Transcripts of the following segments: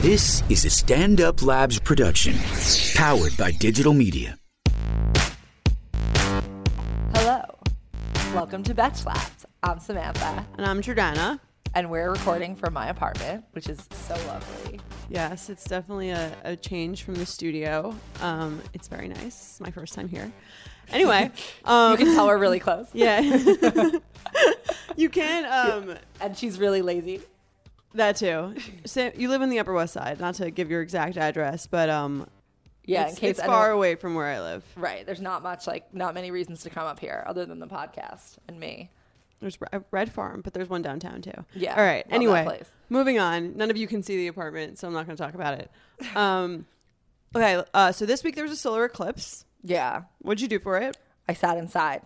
This is a Stand Up Labs production, powered by digital media. Hello. Welcome to Betch Labs. I'm Samantha, And I'm Jordana. and we're recording from my apartment, which is so lovely. Yes, it's definitely a, a change from the studio. Um, it's very nice. It's my first time here. Anyway, um, You can tell we're really close, yeah, you can. Um, and she's really lazy. that too. So you live in the Upper West Side. Not to give your exact address, but um, Yeah, it's, in case it's anyone- far away from where I live. Right. There's not much, like, not many reasons to come up here other than the podcast and me. There's Re- Red Farm, but there's one downtown too. Yeah, All right. love that Anyway, place. moving on. None of you can see the apartment, so I'm not going to talk about it. Um, okay. Uh, so this week there was a solar eclipse. Yeah. What'd you do for it? I sat inside.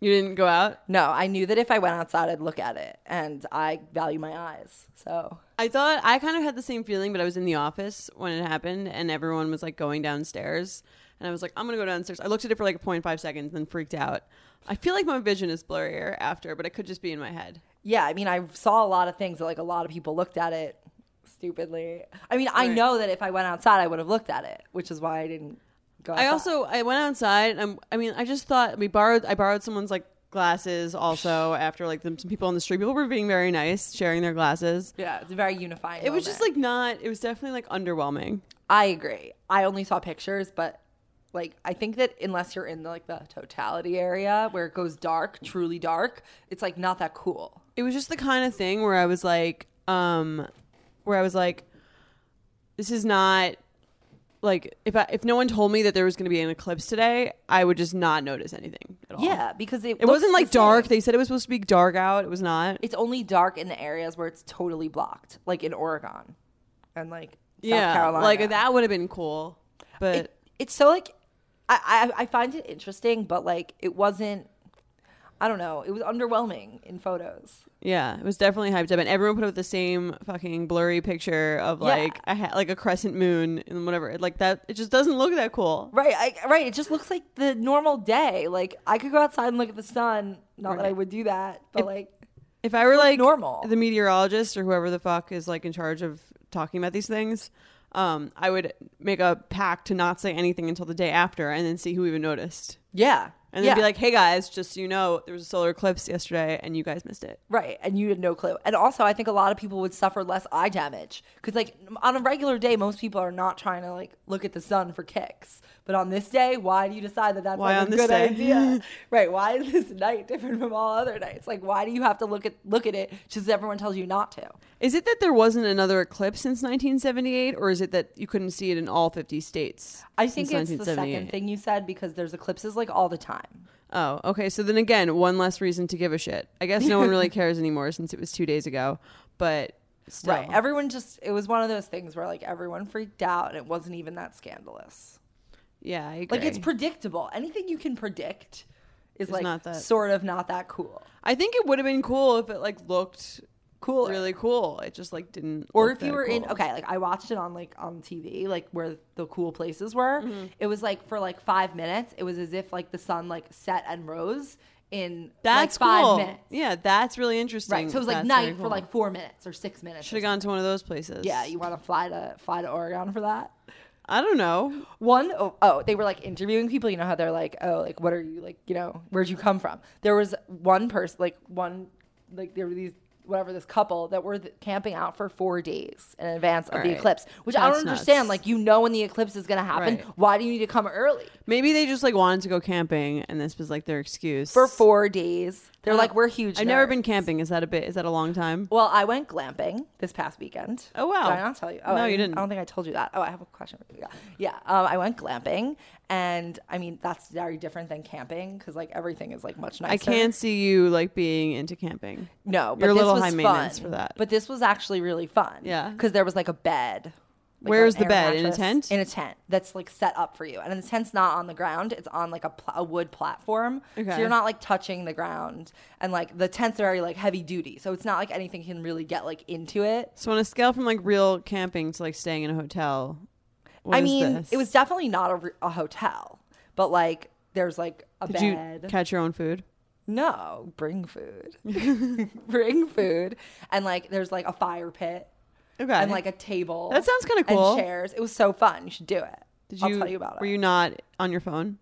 You didn't go out. No, I knew that if I went outside, I'd look at it, and I value my eyes. So, I thought I kind of had the same feeling, but I was in the office when it happened, and everyone was like going downstairs, and I was like, "I'm gonna go downstairs." I looked at it for like 0.5 seconds, then freaked out. I feel like my vision is blurrier after, but it could just be in my head. yeah, I mean, I saw a lot of things that, like, a lot of people looked at it stupidly. I mean, I Right. know that if I went outside, I would have looked at it, which is why I didn't go outside. I also I went outside, and i I mean, I just thought we borrowed. I borrowed someone's like glasses also after like them, some people on the street. People were being very nice, sharing their glasses. Yeah, it's a very unifying. It was just like not. It was definitely like underwhelming. I agree. I only saw pictures, but like I think that unless you're in the, like the totality area where it goes dark, truly dark, it's like not that cool. it was just the kind of thing where I was like, um, where I was like, this is not like if I, if no one told me that there was going to be an eclipse today, I would just not notice anything at all. Yeah, because it it wasn't looks like the dark. same. They said it was supposed to be dark out. It was not. It's only dark in the areas where it's totally blocked, like in Oregon and like yeah, South Carolina. like that would have been cool, but It, it's so like I, I I find it interesting, but like it wasn't. I don't know. It was underwhelming in photos. yeah, it was definitely hyped up, and everyone put up the same fucking blurry picture of Yeah. like a ha- like a crescent moon and whatever. It, like that, it just doesn't look that cool. Right, I, right. It just looks like the normal day. Like I could go outside and look at the sun. Not that I would do that, but like, If I were like normal. the meteorologist or whoever the fuck is like in charge of talking about these things, um, I would make a pact to not say anything until the day after, and then see who even noticed, yeah, and then yeah, be like, "Hey guys, just so you know, there was a solar eclipse yesterday, and you guys missed it." right. And you had no clue. And also, I think a lot of people would suffer less eye damage because, like, on a regular day, most people are not trying to like look at the sun for kicks. But on this day, why do you decide that that's Why like, on a this good day? idea? right? Why is this night different from all other nights? Like, why do you have to look at look at it just 'cause everyone tells you not to? Is it that there wasn't another eclipse since 1978, or is it that you couldn't see it in all 50 states? I think since it's the 1978? second thing you said because there's eclipses like all the time. Oh, okay. So then again, one less reason to give a shit. I guess no one really cares anymore since it was two days ago, but still. Right. Everyone just, it was one of those things where like everyone freaked out and it wasn't even that scandalous. yeah, I agree. Like it's predictable. Anything you can predict is like not that- sort of not that cool. I think it would have been cool if it like looked Cooler. really cool. It just like didn't. Or look if you that were in, cool. okay, like I watched it on like on TV, like where the cool places were. Mm-hmm. It was like for like five minutes, it was as if like the sun like set and rose in that's like five cool. minutes. Yeah, that's really interesting. Right. So it was like That's night very for cool. like four minutes or six minutes. Should have or gone to one of those places. something. Yeah. You want to fly to fly to Oregon for that? I don't know. One, oh, oh, they were like interviewing people. You know how they're like, oh, like, what are you, like, you know, where'd you come from? There was one person, like, one, like, there were these, whatever, this couple that were th- camping out for four days in advance of the Right. eclipse, which I That's don't understand. nuts. Like, you know when the eclipse is going to happen. Right. Why do you need to come early? Maybe they just like wanted to go camping, and this was like their excuse Uh, For four days. They're like, we're huge. I've never nerds." been camping. Is that a bit? Is that a long time? Well, I went glamping this past weekend. Oh, wow. Did I not tell you? Oh, No, I you I don't didn't. think I told you that. Oh, I have a question. for you. Yeah, yeah. Um, I went glamping, and I mean that's very different than camping because like everything is like much nicer. I can't see you like being into camping. No, but You're a this little was high maintenance fun. for that. But this was actually really fun. Yeah. because there was like a bed. like, Where an is the air bed? In a mattress tent? In a tent that's like set up for you, and the tent's not on the ground; it's on like a, pl- a wood platform. So Okay. you're not like touching the ground, and like the tents are very like heavy duty, so it's not like anything can really get like into it. So on a scale from like real camping to like staying in a hotel, what I is mean, this? it was definitely not a, re- a hotel, but like there's like a Did bed. you catch your own food? no, bring food. bring food. And like there's like a fire pit. Okay. and like a table. That sounds kinda cool. And chairs. It was so fun. You should do it. Did I'll tell you about it. Were you not on your phone?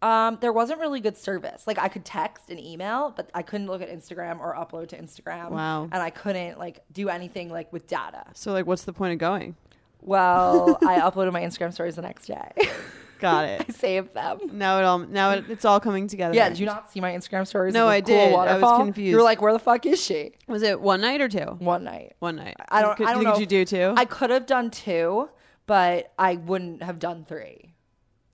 Um, there wasn't really good service. Like I could text and email, but I couldn't look at Instagram or upload to Instagram. Wow. And I couldn't like do anything like with data. So like, what's the point of going? Well, I uploaded my Instagram stories the next day. Got I it. saved them. now it all now it, it's all coming together. Yeah, did you not see my Instagram stories? No, of the I cool did. I was Waterfall? You confused. were like, where the fuck is she? Was it one night or two? One night. One night. I don't. Could, I don't could know. you do two? I could have done two, but I wouldn't have done three.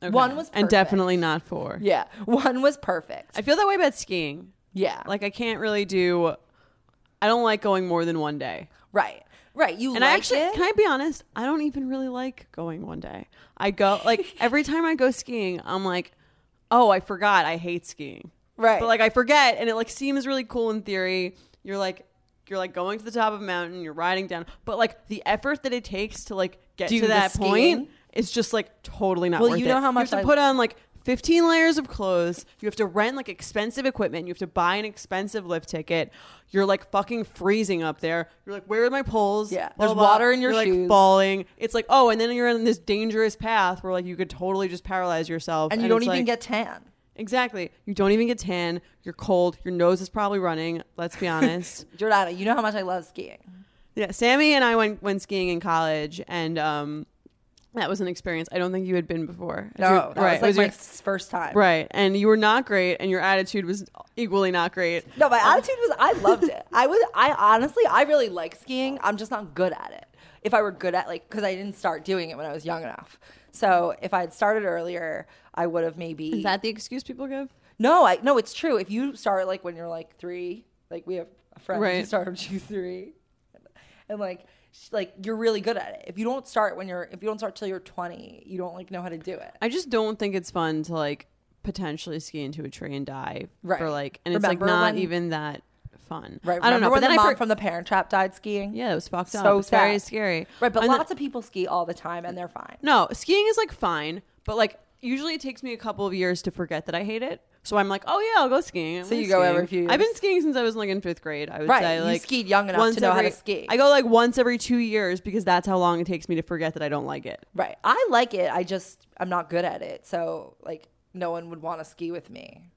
Okay. One was and perfect. definitely not four. Yeah, one was perfect. I feel that way about skiing. Yeah, like Like I can't really do. I don't like going more than one day. right, right. You And I liked actually, it? can I be honest? I don't even really like going one day. I go like every time I go skiing, I'm like, oh, I forgot. I hate skiing. Right. But like I forget, and it like seems really cool in theory. You're like, you're like going to the top of a mountain. You're riding down, but like the effort that it takes to like get Do to the that skiing? point is just like totally not. Well, worth you know it. how much you have I- to put on like. 15 layers of clothes. You have to rent like expensive equipment. You have to buy an expensive lift ticket. You're like fucking freezing up there. You're like, where are my poles? Yeah. blah, There's blah, blah. water in your You're, shoes. Like falling. It's like oh, and then you're in this dangerous path where like you could totally just paralyze yourself. and you don't it's even like- get tan. exactly. You don't even get tan. You're cold. Your nose is probably running. Let's be honest. Jordana, you know how much I love skiing. yeah, Sammy and I went went skiing in college, and um, that was an experience I don't think you had been before. As No, your- that was like my your- s- first time. Right, and you were not great, and your attitude was equally not great. No, my attitude was I loved it. I was I honestly I really like skiing. I'm just not good at it. If I were good at like because I didn't start doing it when I was young enough. So if I had started earlier, I would have maybe Is that the excuse people give? No, I no, it's true. If you start like when you're like three, like we have a friend who Right. started when she was three, and like sh- like you're really good at it. If you don't start when you're if you don't start till you're 20, you don't like know how to do it. I just don't think it's fun to like potentially ski into a tree and die Right. for like, and it's Remember like not when- even that fun. Right? I don't Remember When know. But then the I mom for- from the Parent Trap died skiing. yeah, it was fucked up. So it's very sad. scary. Right, but And then- lots of people ski all the time and they're fine. no skiing is like fine, but like usually it takes me a couple of years to forget that I hate it. So I'm like, oh yeah, I'll go skiing. I'm So gonna you go ski. every few I've been years. skiing since I was like in fifth grade. I would Right, say you like skied young enough once to know how to every- ski. I go like once every two years because that's how long it takes me to forget that I don't like it. Right. I like it. I just I'm not good at it. So like no one would want to ski with me.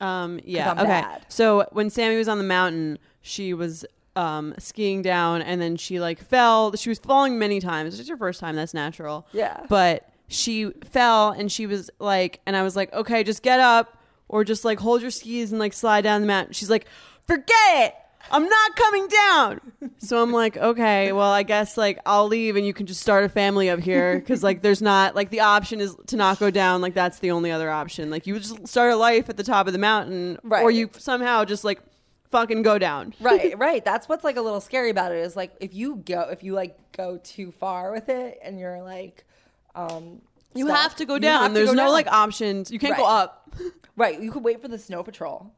Um, yeah. I'm okay. bad. So when Sammy was on the mountain, she was um, skiing down, and then she like fell. She was falling many times. It's her first time. That's natural. Yeah. But she fell, and she was like, and I was like, okay, just get up, or just like hold your skis and like slide down the mountain. She's like, forget it. I'm not coming down. So I'm like, okay, well, I guess like I'll leave and you can just start a family up here because like there's not like the option is to not go down. Like that's the only other option. Like you just start a life at the top of the mountain, Or Right. you somehow just like fucking go down. Right, right. That's what's like a little scary about it is like if you go if you like go too far with it and you're like um You stuck, have to go you down. have to there's go no down. like options. You can't go Right. up. Right, you could wait for the snow patrol.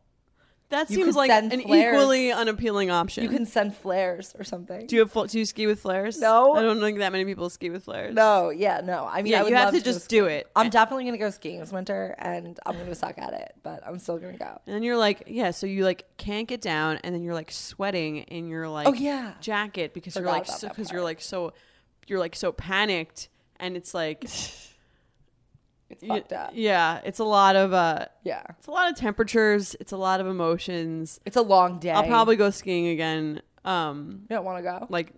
That You seems could like an send flares. equally unappealing option. You can send flares or something. do you have fl- do you ski with flares? No. I don't think that many people ski with flares. no, yeah, no. I mean, Yeah, I would you have love to go just do skiing. it. I'm definitely gonna go skiing this winter, and I'm gonna suck at it, but I'm still gonna go. And then you're like, yeah, so you like can't get down, and then you're like sweating in your like Oh, yeah. jacket because you're Forgot like about that because part. you're like so you're like so panicked, and it's like It's y- fucked up. yeah, it's a lot of uh, Yeah, it's a lot of temperatures, it's a lot of emotions. it's a long day. I'll probably go skiing again. Um, you don't want to go. like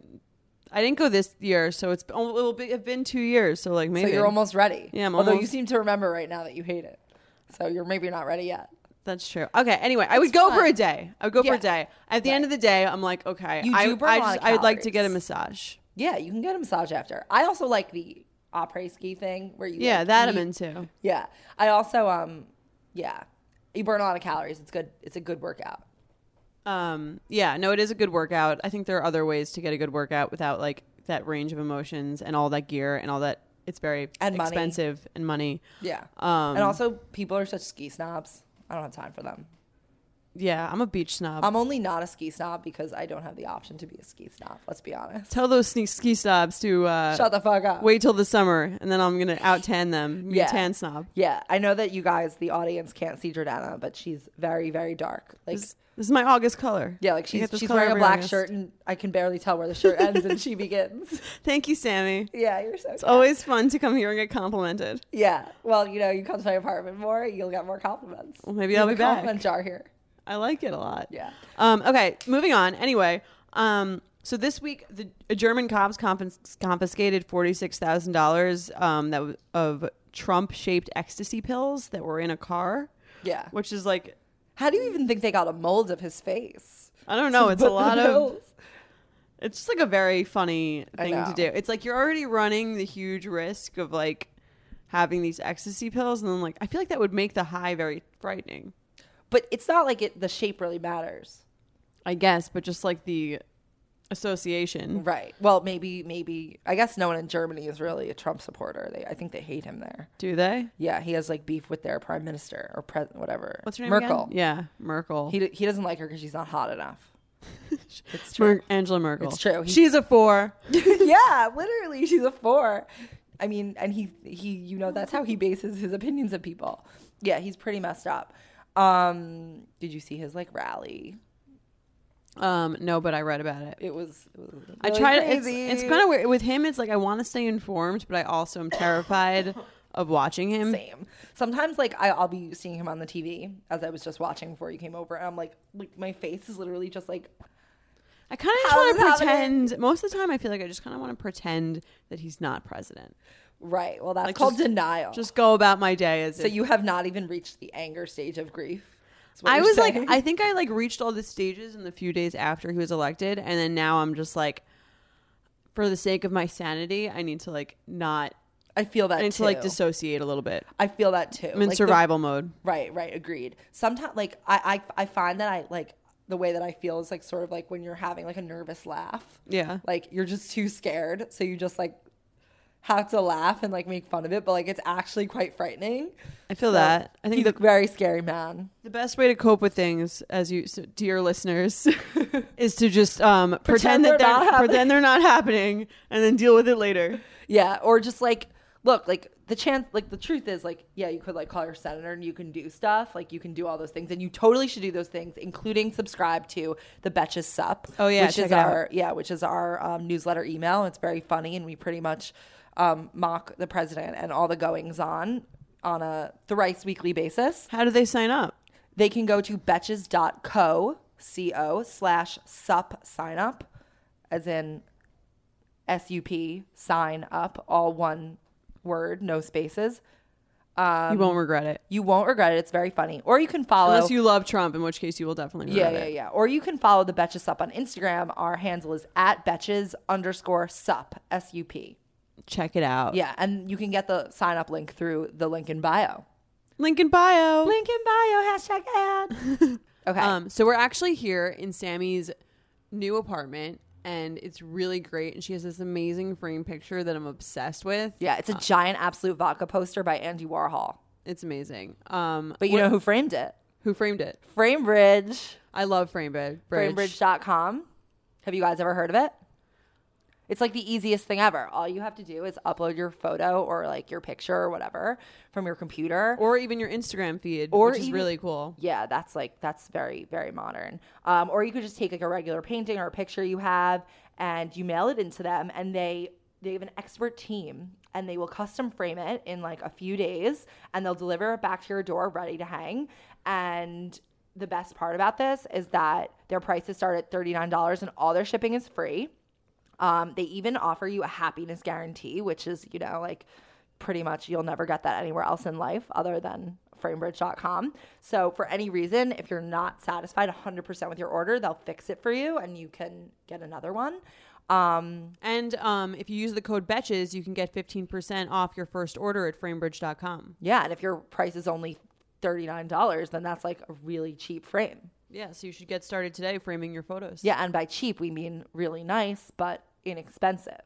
I didn't go this year, so it's it will be it's been two years, so like maybe So you're almost ready. Yeah, I'm Although you almost- seem to remember right now that you hate it. So you're maybe not ready yet. That's true. Okay. Anyway, I would go for fun. a day. I would go for Yeah. a day. At the end of the day, I'm like, okay, You I, do burn I a lot of I'd like to get a calories. massage. Yeah, you can get a massage after. I also like the après ski thing where you Yeah, like, that I'm eat- into. Yeah, I also um, yeah, you burn a lot of calories. It's good. It's a good workout. Um, yeah, no, it is a good workout. I think there are other ways to get a good workout without like that range of emotions and all that gear and all that. It's very And money. expensive and money. Yeah, Um, and also people are such ski snobs. I don't have time for them. Yeah, I'm a beach snob. I'm only not a ski snob because I don't have the option to be a ski snob. Let's be honest. Tell those sneak ski snobs to uh, Shut the fuck up. wait till the summer, and then I'm gonna out tan them. Me Yeah. tan snob. Yeah, I know that you guys, the audience, can't see Jordana, but she's very, very dark. Like This- This is my August color. Yeah, like I she's, get this she's color wearing a every black August. shirt, and I can barely tell where the shirt ends and she begins. Thank you, Sammy. Yeah, you're so. It's always fun to come here and get complimented. Yeah. Well, you know, you come to my apartment more, you'll get more compliments. Well, maybe We I'll have be a compliment back. jar here. I like it a lot. Yeah. Um, okay, moving on. Anyway, um, so this week the a German cops confis- confiscated forty six thousand dollars um, that w- of Trump shaped ecstasy pills that were in a car, Yeah. which is like How do you even think they got a mold of his face? I don't know. It's But a the lot of pills- it's just like a very funny I thing to know. do. It's like you're already running the huge risk of like having these ecstasy pills, and then like I feel like that would make the high very frightening. But it's not like it. The shape really matters, I guess, but just like the association. right? Well, maybe, maybe. I guess no one in Germany is really a Trump supporter. They, I think, they hate him there. Do they? Yeah, he has like beef with their prime minister or president, whatever. What's her name? Merkel. again? Yeah, Merkel. He he doesn't like her because she's not hot enough. it's true. Mer- Angela Merkel. It's true. He- She's a four. yeah, literally, she's a four. I mean, and he he you know that's how he bases his opinions of people. Yeah, he's pretty messed up. Um, did you see his like rally? Um, no, but I read about it. It was, it was really I tried. It's, Crazy. it's kind of weird with him. It's like I want to stay informed, but I also am terrified of watching him. same. Sometimes like I, I'll be seeing him on the TV as I was just watching before you came over, and I'm like, like my face is literally just like I kind of How just is want it to pretend. Most of the time, I feel like I just kind of want to pretend that he's not president. right. Well, that's Like, called just- denial. Just go about my day as so if- you have not even reached the anger stage of grief. is what I you're was saying. like, I think I like reached all the stages in the few days after he was elected, and then now I'm just like, for the sake of my sanity, I need to like not. I feel that I need to too. like dissociate a little bit. I feel that too. I'm in Like, the- survival mode. Right, right, agreed. Sometimes, like I, I, I find that I like the way that I feel is like sort of like when you're having like a nervous laugh. Yeah. Like you're just too scared, so you just like have to laugh and like make fun of it, but like it's actually quite frightening. I feel So, that. I think he's a the, very scary man. the best way to cope with things, as you, so, dear listeners, is to just um, pretend, they're that they're not happening. pretend they're not happening, and then deal with it later. Yeah, or just like look, like the chance, like the truth is, like yeah, you could like call your senator and you can do stuff, like you can do all those things, and you totally should do those things, including subscribe to the Betches Sup. Oh, yeah, which check is it out. our yeah, which is our um, newsletter email. It's very funny, and we pretty much um, mock the president and all the goings on on a thrice weekly basis. How do they sign up? They can go to betches.co co slash sup sign up, as in S U P sign up, all one word, no spaces. you Um, won't regret it You won't regret it. It's very funny. Or you can follow. unless you love Trump, in which case you will definitely yeah, regret yeah, it. yeah. Or you can follow the Betches Sup on Instagram. Our handle is at Betches underscore sup, S U P. Check it out. Yeah. And you can get the sign up link through the link in bio. Link in bio. Link in bio, hashtag ad. Okay. Um, so we're actually here in Sammy's new apartment, and it's really great. And she has this amazing frame picture that I'm obsessed with. yeah, it's a giant absolute vodka poster by Andy Warhol. it's amazing. Um, But you know who framed it? who framed it? Framebridge. I love Framebridge. Bridge. Framebridge.com. Have you guys ever heard of it? It's like the easiest thing ever. All you have to do is upload your photo or like your picture or whatever from your computer. or even your Instagram feed, Or which is even- really cool. yeah, that's like that's very very modern. Um, or you could just take like a regular painting or a picture you have and you mail it into them, and they they have an expert team and they will custom frame it in like a few days, and they'll deliver it back to your door ready to hang. And the best part about this is that their prices start at thirty nine dollars, and all their shipping is free. Um, they even offer you a happiness guarantee, which is, you know, like pretty much you'll never get that anywhere else in life other than framebridge.com. So, for any reason, if you're not satisfied 100% with your order, they'll fix it for you and you can get another one. Um, And um, if you use the code Betches, you can get 15% off your first order at framebridge.com. yeah. And if your price is only $39, then that's like a really cheap frame. Yeah, so you should get started today framing your photos. Yeah. And by cheap, we mean really nice, but inexpensive,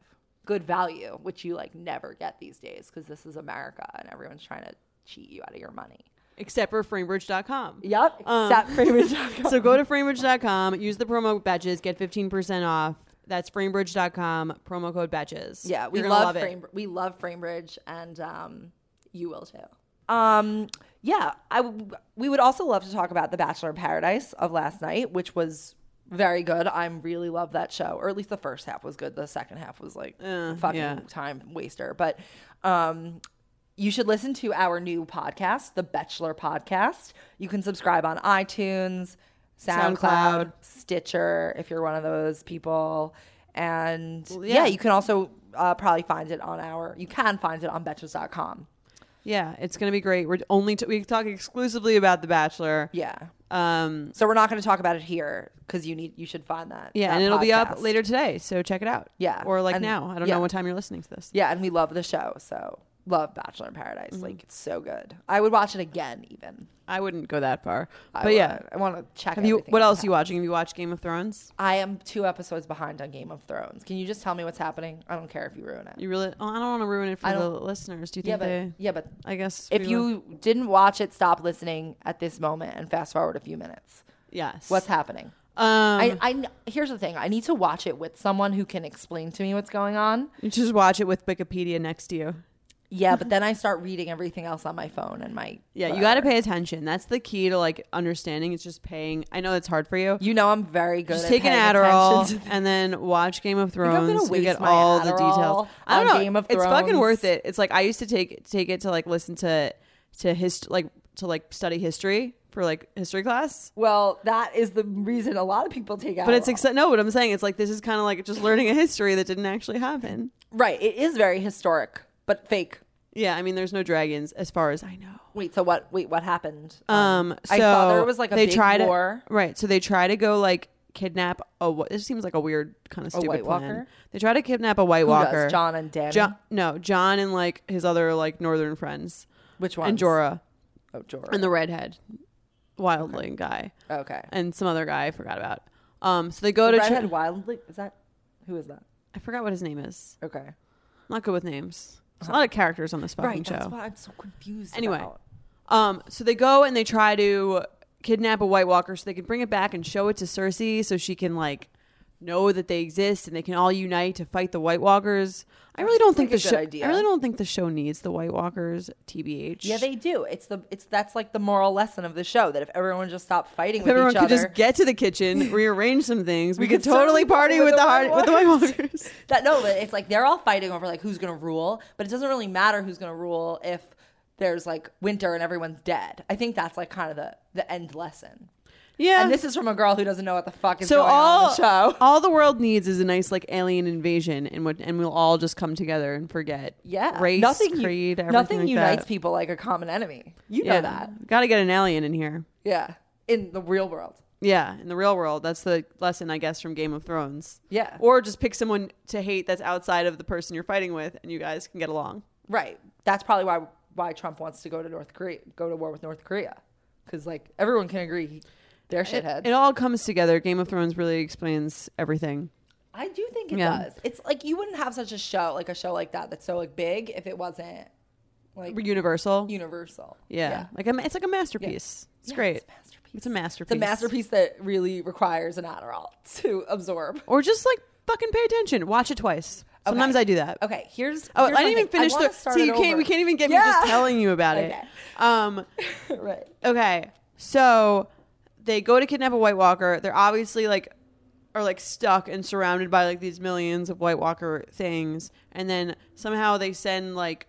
good value, which you like never get these days because this is America and everyone's trying to cheat you out of your money. Except for framebridge.com. Yep. Um, Except framebridge.com. So go to framebridge.com, use the promo batches, get 15% off. That's framebridge.com, promo code batches. yeah, we You're gonna love, it. frame. We love Framebridge, and um, you will too. Um, yeah, I w- we would also love to talk about The Bachelor in Paradise of last night, which was very good. I really loved that show, or at least the first half was good. The second half was like Uh, fucking yeah. time waster. But um, you should listen to our new podcast, The Bachelor Podcast. You can subscribe on iTunes, SoundCloud, SoundCloud. Stitcher, if you're one of those people. And yeah. yeah. you can also uh, probably find it on our, you can find it on betches.com. Yeah, it's gonna be great. We're only t- we talk exclusively about The Bachelor. Yeah. Um, So we're not going to talk about it here because you need you should find that. yeah, that and it'll be up podcast. later today, so check it out. Yeah, or like and- now. I don't yeah. know what time you're listening to this. Yeah, and we love the show, so love Bachelor in Paradise. Mm-hmm. Like it's so good. I would watch it again, even. I wouldn't go that far, I but yeah. would. I want to check. Have you? everything What out. else are you watching? Have you watched Game of Thrones? I am two episodes behind on Game of Thrones. Can you just tell me what's happening? I don't care if you ruin it. You really? Oh, I don't want to ruin it for I the don't- listeners. Do you think yeah, but they? yeah, but I guess if we you will- didn't watch it, stop listening at this moment and fast forward a few minutes. yes. What's happening? um? I, I here's the thing. I need to watch it with someone who can explain to me what's going on. you just watch it with Wikipedia next to you. Yeah, but then I start reading everything else on my phone and my Yeah, you got whatever. to pay attention. That's the key to like understanding. It's just paying. I know it's hard for you. You know I'm very good. just at take an paying Adderall attention to- and then watch Game of I'm gonna Thrones. You waste get my all the Adderall details. I don't on know. Game of It's fucking Thrones. worth it. It's like I used to take take it to like listen to to hist like to like study history for like history class. Well, that is the reason a lot of people take Adderall. But it's exci- no. What I'm saying, it's like this is kind of like just learning a history that didn't actually happen. right. It is very historic, but fake. Yeah, I mean, there's no dragons as far as I know. Wait. So what? Wait. What happened? Um, so I saw there was like a they big tried war. To, right, so they try to go like kidnap a. wh- This seems like a weird kind of stupid White plan. Walker? They try to kidnap a White Who does? Walker. John and Danny. John, no, John and like his other like northern friends Which one? and Jorah Oh, Jorah. and the redhead wildling guy okay. and some other guy I forgot about. Um, so they go The to redhead tr- wildly. Is that who is that? I forgot what his name is. Okay. I'm not good with names. There's a lot of characters on this Uh-huh. fucking Right. show. That's why I'm so confused. Anyway, about. Um, so they go and they try to kidnap a White Walker so they can bring it back and show it to Cersei so she can like know that they exist and they can all unite to fight the White Walkers. I really don't think like a the good show. idea. I really don't think the show needs the White Walkers. Tbh. Yeah, they do. It's the it's that's like the moral lesson of the show that if everyone just stopped fighting If with everyone each could other, just get to the kitchen, rearrange some things. We, We could, could totally certainly party with, the, Har- with the White Walkers. That no, but it's like they're all fighting over like who's gonna rule, but it doesn't really matter who's gonna rule if there's like winter and everyone's dead. I think that's like kind of the the end lesson. yeah. And this is from a girl who doesn't know what the fuck is so going all on in the show. all the world needs is a nice like alien invasion, and what and we'll all just come together and forget. Yeah, race, nothing, u- creed, everything nothing like unites that. people like a common enemy. You know that. Got to get an alien in here. Yeah, in the real world. Yeah, in the real world, that's the lesson I guess from Game of Thrones. Yeah. Or just pick someone to hate that's outside of the person you're fighting with and you guys can get along. Right. That's probably why why Trump wants to go to North Korea, go to war with North Korea, because like everyone can agree he- they're shitheads. It, it all comes together. Game of Thrones really explains everything. I do think it Yeah. does. It's like you wouldn't have such a show like a show like that that's so like big if it wasn't like Universal. universal. yeah. Like a, ma- it's like a masterpiece. It's Yeah, great. It's a masterpiece. It's a masterpiece. It's a masterpiece that really requires an Adderall to absorb. Or just like fucking pay attention. Watch it twice. Sometimes I do that. Okay, here's. Oh, here's I one didn't even thing. finish wanna the. start See, it you can't. over. We can't even get me Yeah. just telling you about Okay. it. Um, right. Okay. So they go to kidnap a White Walker. They're obviously like are like stuck and surrounded by like these millions of White Walker things. And then somehow they send like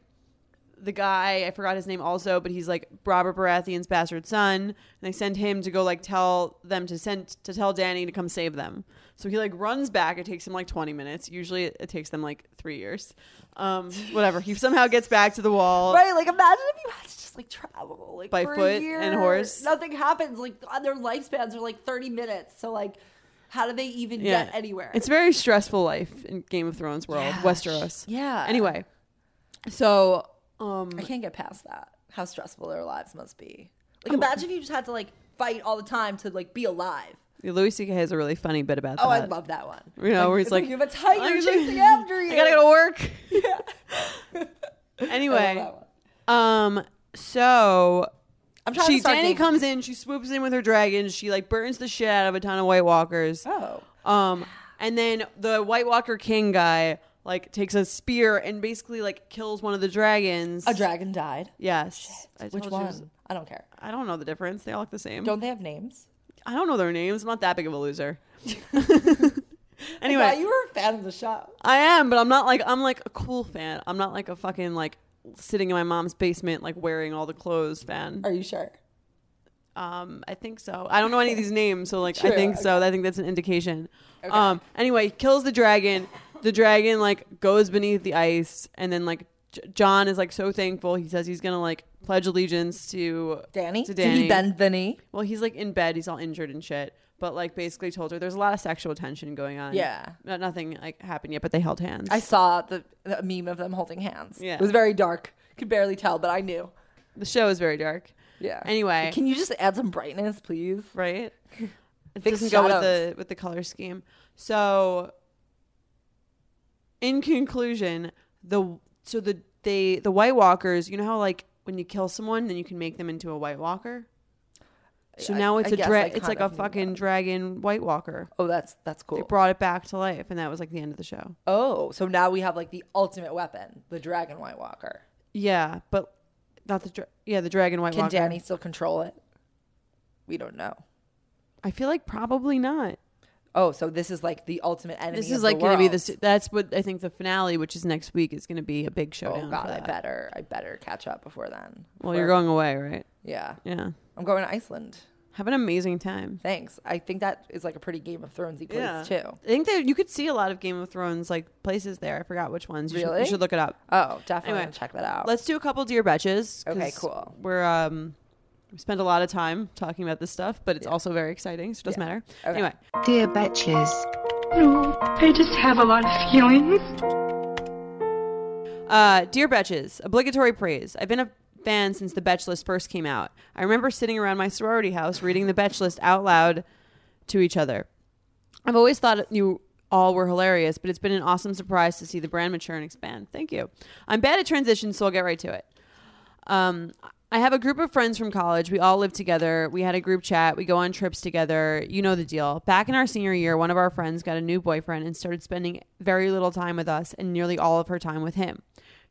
the guy, I forgot his name also, but he's like Robert Baratheon's bastard son. And they send him to go like tell them to send to tell Danny to come save them. So he like runs back. It takes him like 20 minutes. Usually it, it takes them like three years. Um, whatever. He somehow gets back to the wall. Right, like imagine if you had to just like travel like By for a foot and year. horse. Nothing happens. Like their lifespans are like thirty minutes. So like, how do they even get anywhere? It's a very stressful life in Game of Thrones world, Westeros. yeah. Anyway, so um, I can't get past that. How stressful their lives must be. Like, imagine if you just had to like fight all the time to like be alive. Louis C.K. has a really funny bit about Oh, that. I love that one. You know, where he's it's like, like, you have a tiger I'm like- chasing after you. I gotta go to work. I love anyway, that one. um, so I'm trying she to start. Danny Danny comes in, she swoops in with her dragons, she like burns the shit out of a ton of White Walkers. Oh, Um, and then the White Walker King guy like takes a spear and basically like kills one of the dragons. a dragon died. Yes. I Which told you it was- one? I don't care. I don't know the difference. They all look the same. Don't they have names? I don't know their names. I'm not that big of a loser. Yeah, anyway, you were a fan of the show. I am, but I'm not like I'm like a cool fan. I'm not like a fucking like sitting in my mom's basement like wearing all the clothes fan. Are you sure? Um, I think so. I don't know any of these names, so like I True, think so. I think that's an indication. Um, anyway, he kills the dragon. The dragon like goes beneath the ice, and then like J- John is like so thankful. He says he's gonna like pledge allegiance to Danny? To Did Danny. he bend the knee? Well, he's like in bed. He's all injured and shit. But like basically told her there's a lot of sexual tension going on. Yeah. Not, nothing like happened yet, but they held hands. I saw the, the meme of them holding hands. Yeah. It was very dark. Could barely tell, but I knew. the show is very dark. Yeah. Anyway. Can you just add some brightness, please? right? It Big doesn't go with shadows. the with the color scheme. So, in conclusion, the so the they the White Walkers. You know how like when you kill someone, then you can make them into a White Walker. So I- now I it's a guess dra- I it's kind like a of knew fucking dragon White Walker. Oh, that's that's cool. They brought it back to life, and that was like the end of the show. oh, so now we have like the ultimate weapon, the Dragon White Walker. Yeah, but not the dra- yeah the dragon White Can Walker. Danny still control it? We don't know. I feel like probably not. Oh, so this is like the ultimate enemy. This of is the like going to be world. this. That's what I think the finale, which is next week, is going to be a big showdown. Oh for God, I that. better I better catch up before then. Well, Before- you're going away, right? Yeah, Yeah. I'm going to Iceland. Have an amazing time. Thanks. I think that is like a pretty Game of Thronesy place too. I think that you could see a lot of Game of Thrones like places there. I forgot which ones. You should- Really? you should look it up. Oh, definitely Anyway, gonna check that out. Let's do a couple Dear Betches. 'cause Okay, cool. We're um we spend a lot of time talking about this stuff, but it's also very exciting, so it doesn't matter. Okay. Anyway, Dear Betches. No, I just have a lot of feelings. Uh, Dear Betches, obligatory praise. I've been a fan since the Betch List first came out. I remember sitting around my sorority house reading the Betch List out loud to each other. I've always thought you all were hilarious, but it's been an awesome surprise to see the brand mature and expand. Thank you. I'm bad at transitions, so I'll get right to it. Um, I have a group of friends from college. We all live together. We had a group chat. We go on trips together. You know the deal. Back in our senior year, one of our friends got a new boyfriend and started spending very little time with us and nearly all of her time with him.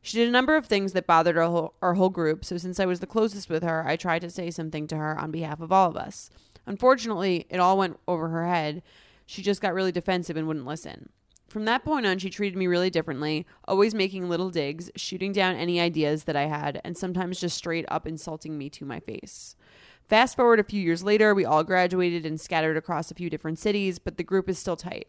She did a number of things that bothered our whole, our whole group, so since I was the closest with her, I tried to say something to her on behalf of all of us. Unfortunately, it all went over her head. She just got really defensive and wouldn't listen. From that point on, she treated me really differently, always making little digs, shooting down any ideas that I had, and sometimes just straight up insulting me to my face. Fast forward a few years later, we all graduated and scattered across a few different cities, but the group is still tight.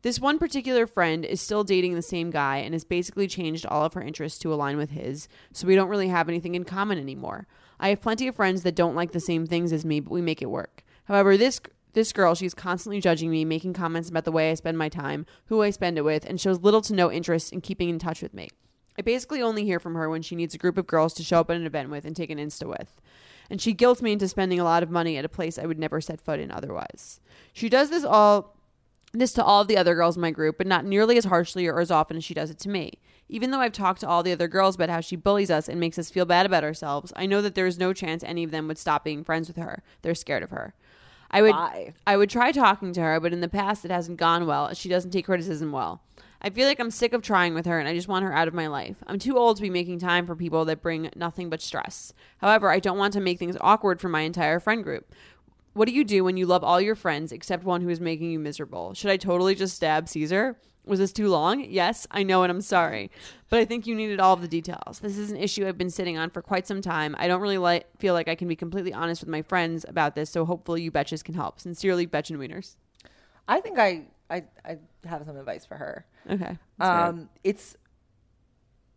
This one particular friend is still dating the same guy and has basically changed all of her interests to align with his, so we don't really have anything in common anymore. I have plenty of friends that don't like the same things as me, but we make it work. However, this this girl, she's constantly judging me, making comments about the way I spend my time, who I spend it with, and shows little to no interest in keeping in touch with me. I basically only hear from her when she needs a group of girls to show up at an event with and take an Insta with. And she guilts me into spending a lot of money at a place I would never set foot in otherwise. She does this all this to all of the other girls in my group, but not nearly as harshly or as often as she does it to me. Even though I've talked to all the other girls about how she bullies us and makes us feel bad about ourselves, I know that there is no chance any of them would stop being friends with her. They're scared of her. I would Why? I would try talking to her, but in the past it hasn't gone well. and She doesn't take criticism well. I feel like I'm sick of trying with her and I just want her out of my life. I'm too old to be making time for people that bring nothing but stress. However, I don't want to make things awkward for my entire friend group. What do you do when you love all your friends except one who is making you miserable? Should I totally just stab Caesar? Was this too long? Yes, I know and I'm sorry. But I think you needed all of the details. This is an issue I've been sitting on for quite some time. I don't really like feel like I can be completely honest with my friends about this, so hopefully you betches can help. Sincerely, Betch and Wieners. I think I, I I have some advice for her. Okay. Um, it's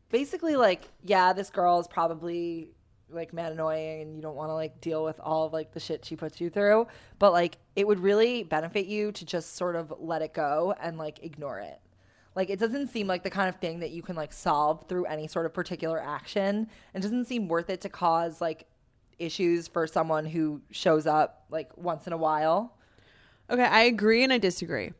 basically like, yeah, this girl is probably like mad annoying, and you don't want to like deal with all of like the shit she puts you through. But like, it would really benefit you to just sort of let it go and like ignore it. Like, it doesn't seem like the kind of thing that you can like solve through any sort of particular action, and doesn't seem worth it to cause like issues for someone who shows up like once in a while. Okay, I agree and I disagree.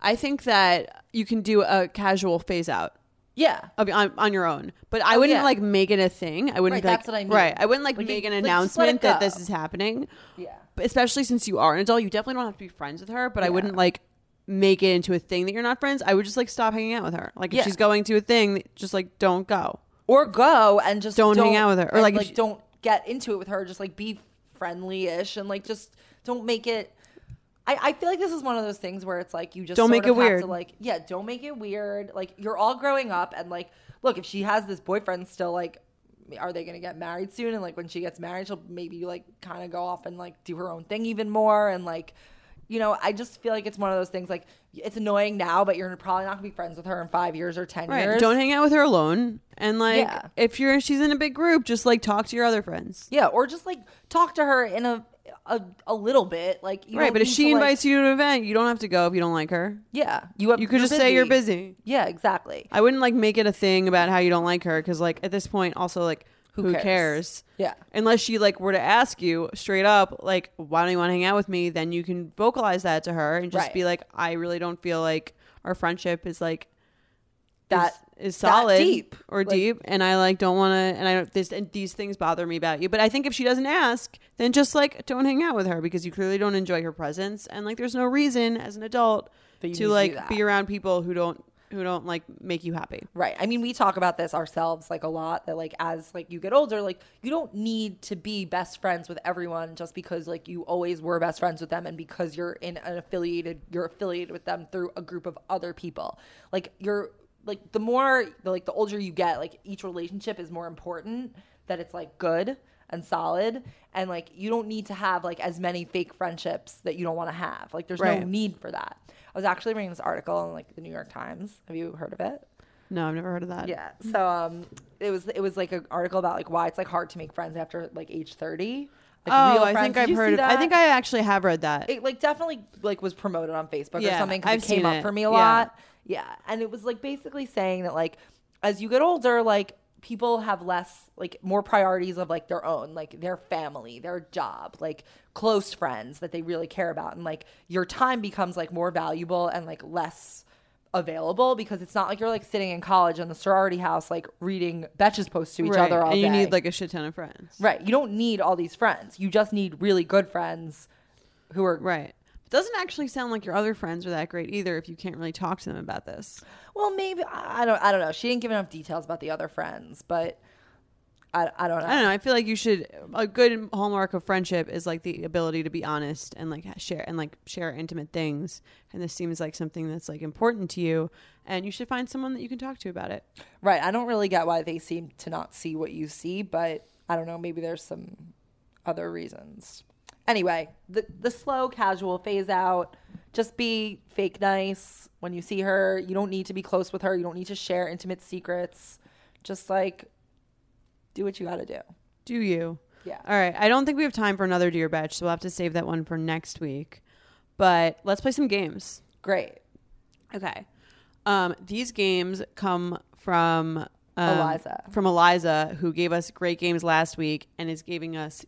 I think that you can do a casual phase out. Yeah. of- on, on your own. But I wouldn't yeah. like make it a thing. I wouldn't. Right, be like, that's what I mean. Oh, Right. I wouldn't like, Like, you- make an like, just let it announcement that go. this is happening. Yeah. But especially since you are an adult, you definitely don't have to be friends with her. But I wouldn't like make it into a thing that you're not friends. I would just like stop hanging out with her. Like Yeah. if she's going to a thing, just like don't go. or go and just Don't hang out with her. Or, and, like, like, if she- don't get into it with her. Just like be friendly ish and like just don't make it. I, I feel like this is one of those things where it's like you just Don't sort make of it have weird. To like yeah, don't make it weird. Like you're all growing up and like look, if she has this boyfriend still like are they going to get married soon and like when she gets married she'll maybe like kind of go off and like do her own thing even more and like you know, I just feel like it's one of those things like it's annoying now but you're probably not going to be friends with her in 5 years or 10 Right. years. Don't hang out with her alone. And like, Yeah. if you're she's in a big group, just like talk to your other friends. yeah, or just like talk to her in a a, a little bit like you right. don't But if need she to, like- invites you to an event, you don't have to go if you don't like her. yeah, you have, You could just say you're busy. Yeah, exactly. I wouldn't like make it a thing about how you don't like her because like at this point, also like who, cares? cares? Yeah. Unless she like were to ask you straight up, like, why don't you want to hang out with me? Then you can vocalize that to her and just Right. be like, I really don't feel like our friendship is like That is solid deep. or Like- deep and i like don't want to and i don't this and these things bother me about you but i think if she doesn't ask then just like don't hang out with her because you clearly don't enjoy her presence and like there's no reason as an adult That you need to to do like that. be around people who don't who don't like make you happy Right. I mean, we talk about this ourselves like a lot that like as like you get older, like you don't need to be best friends with everyone just because like you always were best friends with them and because you're in an affiliated you're affiliated with them through a group of other people. Like you're like the more the, like the older you get, like each relationship is more important that it's like good and solid and like you don't need to have like as many fake friendships that you don't want to have. Like there's no Right. need for that. I was actually reading this article in like the New York Times. Have you heard of it? no i've never heard of that Mm-hmm. Yeah. So um, it was it was like an article about like why it's like hard to make friends after like age thirty. Like oh i friends. think Did i've you see heard of, i that? think i actually have read that it like definitely like was promoted on Facebook or Yeah, something because I've it came seen up it. for me Yeah. a lot. Yeah, and it was like basically saying that like as you get older, like people have less like more priorities of like their own, like their family, their job, like close friends that they really care about, and like your time becomes like more valuable and like less available because it's not like you're like sitting in college in the sorority house like reading betches posts to each Right. other all and you day. need like a shit ton of friends right, you don't need all these friends. You just need really good friends who are right it doesn't actually sound like your other friends are that great either if you can't really talk to them about this Well, maybe I I don't. I don't know. She didn't give enough details about the other friends, but I, I don't know. I don't know. I feel like you should. A good hallmark of friendship is like the ability to be honest and like share and like share intimate things. And this seems like something that's like important to you. And you should find someone that you can talk to about it. Right? I don't really get why they seem to not see what you see, but I don't know. Maybe there's some other reasons. Anyway, the the slow casual phase out. Just be fake nice when you see her. You don't need to be close with her. You don't need to share intimate secrets. Just like do what you got to do. Do you? Yeah. All right. I don't think we have time for another dear batch, so we'll have to save that one for next week. But let's play some games. Great. Okay. Um, these games come from um, Eliza. From Eliza, who gave us great games last week and is giving us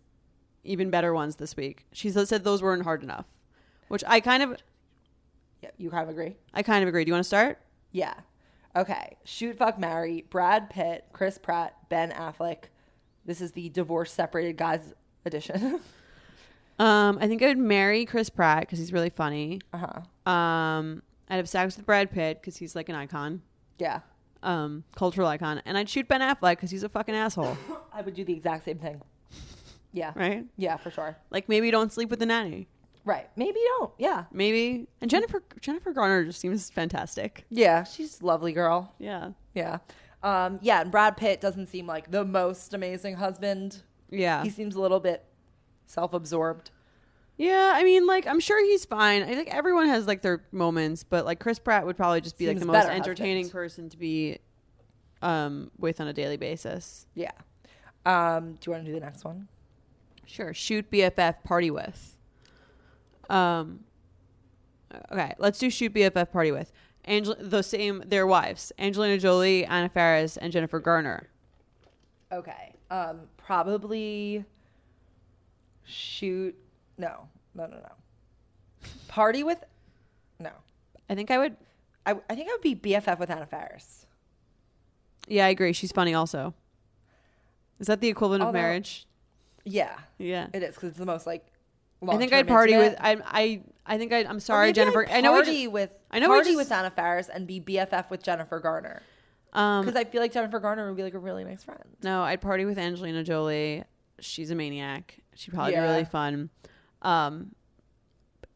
even better ones this week. She s- said those weren't hard enough, which I kind of, Yeah, you kind of agree. I kind of agree. Do you want to start? Yeah. Okay. Shoot, fuck, marry. Brad Pitt, Chris Pratt, Ben Affleck. This is the divorce separated guys edition. Um, I think I would marry Chris Pratt because he's really funny. uh huh. Um, I'd have sex with Brad Pitt because he's like an icon, Yeah. um, cultural icon, and I'd shoot Ben Affleck because he's a fucking asshole, I would do the exact same thing. Yeah. right? Yeah, for sure. Like maybe don't sleep with the nanny, Right. Maybe you don't. Yeah. maybe. And Jennifer Jennifer Garner just seems fantastic. Yeah. She's a lovely girl. Yeah. Yeah. Um, yeah. And Brad Pitt doesn't seem like the most amazing husband. Yeah. He seems a little bit self absorbed. yeah, I mean, like, I'm sure he's fine. I think everyone has, like, their moments, but, like, Chris Pratt would probably just be, like, Seems the most better entertaining husband. person to be um, with on a daily basis. Yeah. Um, do you want to do the next one? Sure. Shoot BFF, party with. Um, okay, let's do shoot BFF, party with. Angel- the same, their wives, Angelina Jolie, Anna Faris, and Jennifer Garner. Okay. Um, probably shoot. No, no, no, no. Party with. No. I think I would, I, I think I would be BFF with Anna Faris. yeah, I agree. She's funny also. Is that the equivalent of Although- marriage? Yeah, Yeah. it is because it's the most like. I think I'd long-term party intimate. with I I I think I'd, I'm Or sorry maybe Jennifer. I'd I know we party just, with. I know we party just- with Anna Faris and be BFF with Jennifer Garner um because I feel like Jennifer Garner would be like a really nice friend. no, I'd party with Angelina Jolie. she's a maniac. She'd probably Yeah. be really fun. Um,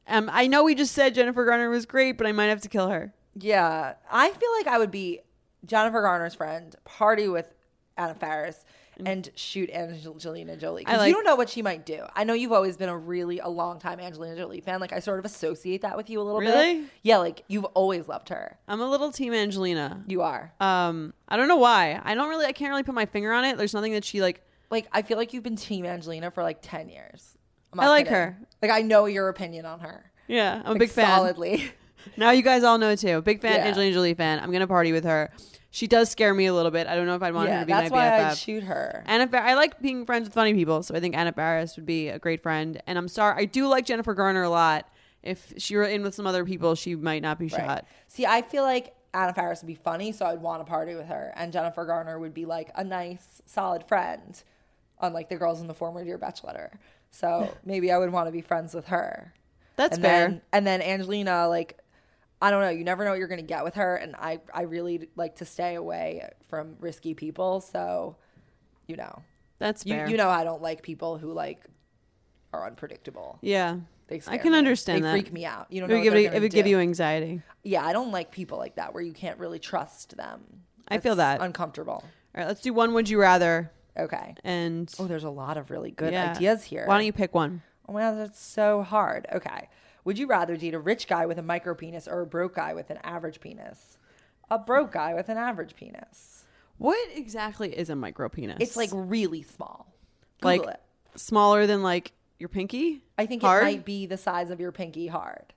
um, I know we just said Jennifer Garner was great, but I might have to kill her. Yeah, I feel like I would be Jennifer Garner's friend, party with Anna Faris, and shoot Angelina Jolie. 'Cause Mm. I like- you don't know what she might do. I know you've always been a really a long time Angelina Jolie fan. Like I sort of associate that with you a little Really? bit. Yeah, like you've always loved her. I'm a little team Angelina. You are. Um, I don't know why. I don't really. I can't really put my finger on it. There's nothing that she like. Like I feel like you've been Team Angelina for like ten years. I'm not I like kidding. her. Like I know your opinion on her. Yeah, I'm a Like, big fan. Solidly. Now you guys all know too. Big fan, Yeah. Angelina Jolie fan. I'm gonna party with her. She does scare me a little bit. I don't know if I'd want her yeah, to be that's my why BFF. I'd shoot her. Anna, Fa- I like being friends with funny people, so I think Anna Faris would be a great friend. And I'm sorry, I do like Jennifer Garner a lot. If she were in with some other people, she might not be shot. See, I feel like Anna Faris would be funny, so I'd want to party with her, and Jennifer Garner would be like a nice, solid friend, unlike the girls in the former Dear Bachelor. So maybe I would want to be friends with her. That's and fair. Then, and then Angelina, like, I don't know. You never know what you're going to get with her, and I, I really like to stay away from risky people. So, you know, That's you, fair. you know, I don't like people who like are unpredictable. yeah, They I scare can me. understand they that. freak me out. You don't It know would, what give, they're you- it gonna would give do you anxiety. yeah, I don't like people like that where you can't really trust them. I feel That's that. uncomfortable. All right, let's do one. Would you rather? Okay. And Oh, there's a lot of really good yeah. ideas here. Why don't you pick one? Oh my god, that's so hard. Okay. Would you rather date a rich guy with a micro penis or a broke guy with an average penis? A broke guy with an average penis. What exactly is a micro penis? It's like really small. like Google it. smaller than like your pinky. I think Hard? it might be the size of your pinky hard.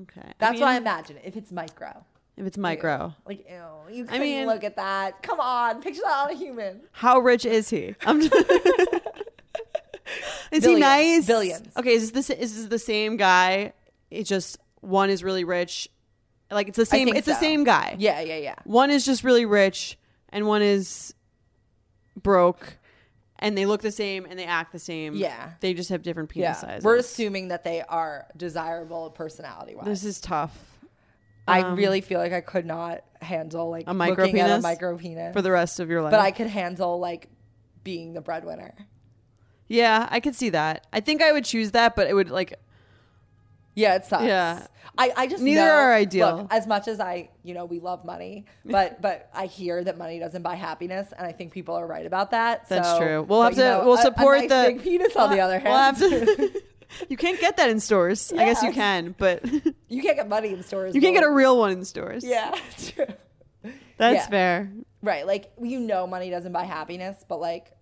Okay, That's I mean, what I imagine. If it's micro. If it's micro, Like, ew, you couldn't mean- look at that. Come on, picture that on a human. how rich is he? I'm just- is he Billions. nice? Billions. Okay, is this is this the same guy? It's just one is really rich. Like it's the I same. think It's the so. same guy. Yeah, yeah, yeah. One is just really rich, and one is broke, and they look the same and they act the same. Yeah. they just have different penis sizes. We're assuming that they are desirable personality wise. this is tough I really feel like I could not handle like A micro looking at a penis? micro penis. for the rest of your life. but I could handle like being the breadwinner. yeah, I could see that. I think I would choose that, but it would like Yeah, it sucks. Yeah. I, I just Neither know- are ideal. Look, as much as I, you know, we love money, but but I hear that money doesn't buy happiness, and I think people are right about that. That's so- true. We'll but, have you to know, we'll a- a support nice the big penis. On the other We'll have hand, to- you can't get that in stores. I guess you Yeah. can, but you you can't get money in stores. can't get a though. real one in stores. yeah. it's true. that's yeah. fair. Right. Like you know money doesn't buy happiness, but like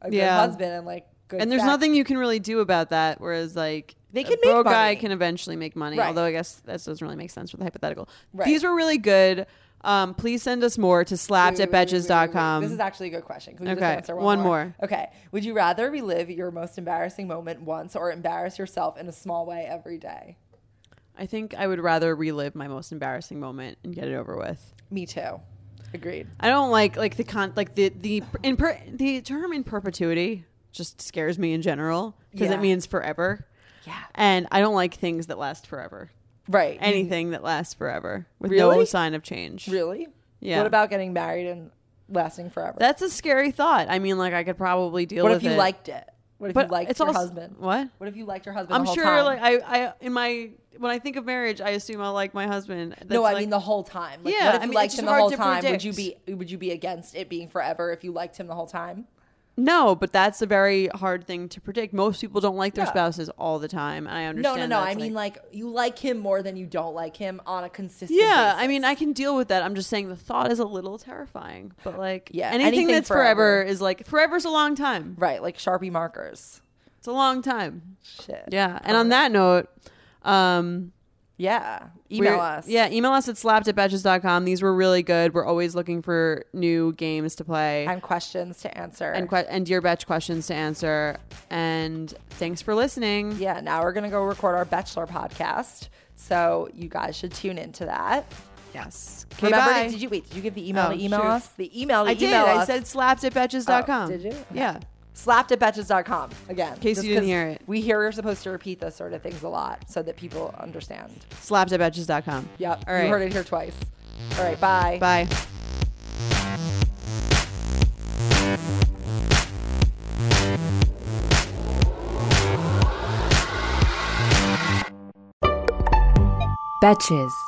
a good Yeah. husband and like good And there's sex- nothing you can really do about that. Whereas like They a can make broke guy money. can eventually make money. Right. Although I guess that doesn't really make sense for the hypothetical. Right. These were really good. Um, please send us more to slapped at betches.com. This is actually a good question. Can we Okay, just answer one, one more? more. Okay. Would you rather relive your most embarrassing moment once or embarrass yourself in a small way every day? I think I would rather relive my most embarrassing moment and get it over with. Me too. Agreed. I don't like like the con like the the in per, the term in perpetuity just scares me in general because Yeah. it means forever. Yeah. And I don't like things that last forever. Right. Anything that lasts forever with no Mm-hmm. Really? sign of change. really? Yeah. What about getting married and lasting forever? That's a scary thought. I mean, like I could probably deal what with if you it. liked it? What if But you liked it's your also- husband? what? What if you liked your husband? I'm the whole sure time? like I I in my when I think of marriage, I assume I'll like my husband. That's no, I like- mean the whole time. Like, Yeah, what if I you mean, liked it's him just the hard whole to time? Would predict. you be would you be against it being forever if you liked him the whole time? No, but that's a very hard thing to predict. Most people don't like their Yeah. spouses all the time. and I No, understand. no, no. that's, I mean, like, you like him more than you don't like him on a consistent. Yeah, I basis. mean, I can deal with that. I'm just saying the thought is a little terrifying. But like, Yeah, anything, anything that's forever. forever. is like forever's a long time. right, like Sharpie markers. It's a long time. Shit. Yeah, and on that note, um, Yeah. Email we're- us. Yeah, email us at slapped at betches.com. These were really good. We're always looking for new games to play And questions to answer. and que- and dear betch questions to answer. And thanks for listening. yeah, now we're gonna go record our bachelor podcast. So you guys should tune into that. Yes. Okay, Remember? bye. To, did you wait? Did you give the email Oh, to email shoot. us? The email. To I did. Email I us. said slapped at Oh, betches.com. did you? Okay. Yeah. slapped at betches.com again. In case you didn't hear it. We here are supposed to repeat those sort of things a lot so that people understand. Slapped at betches.com. Yep. All right. You heard it here twice. All right. Bye. Bye. Betches.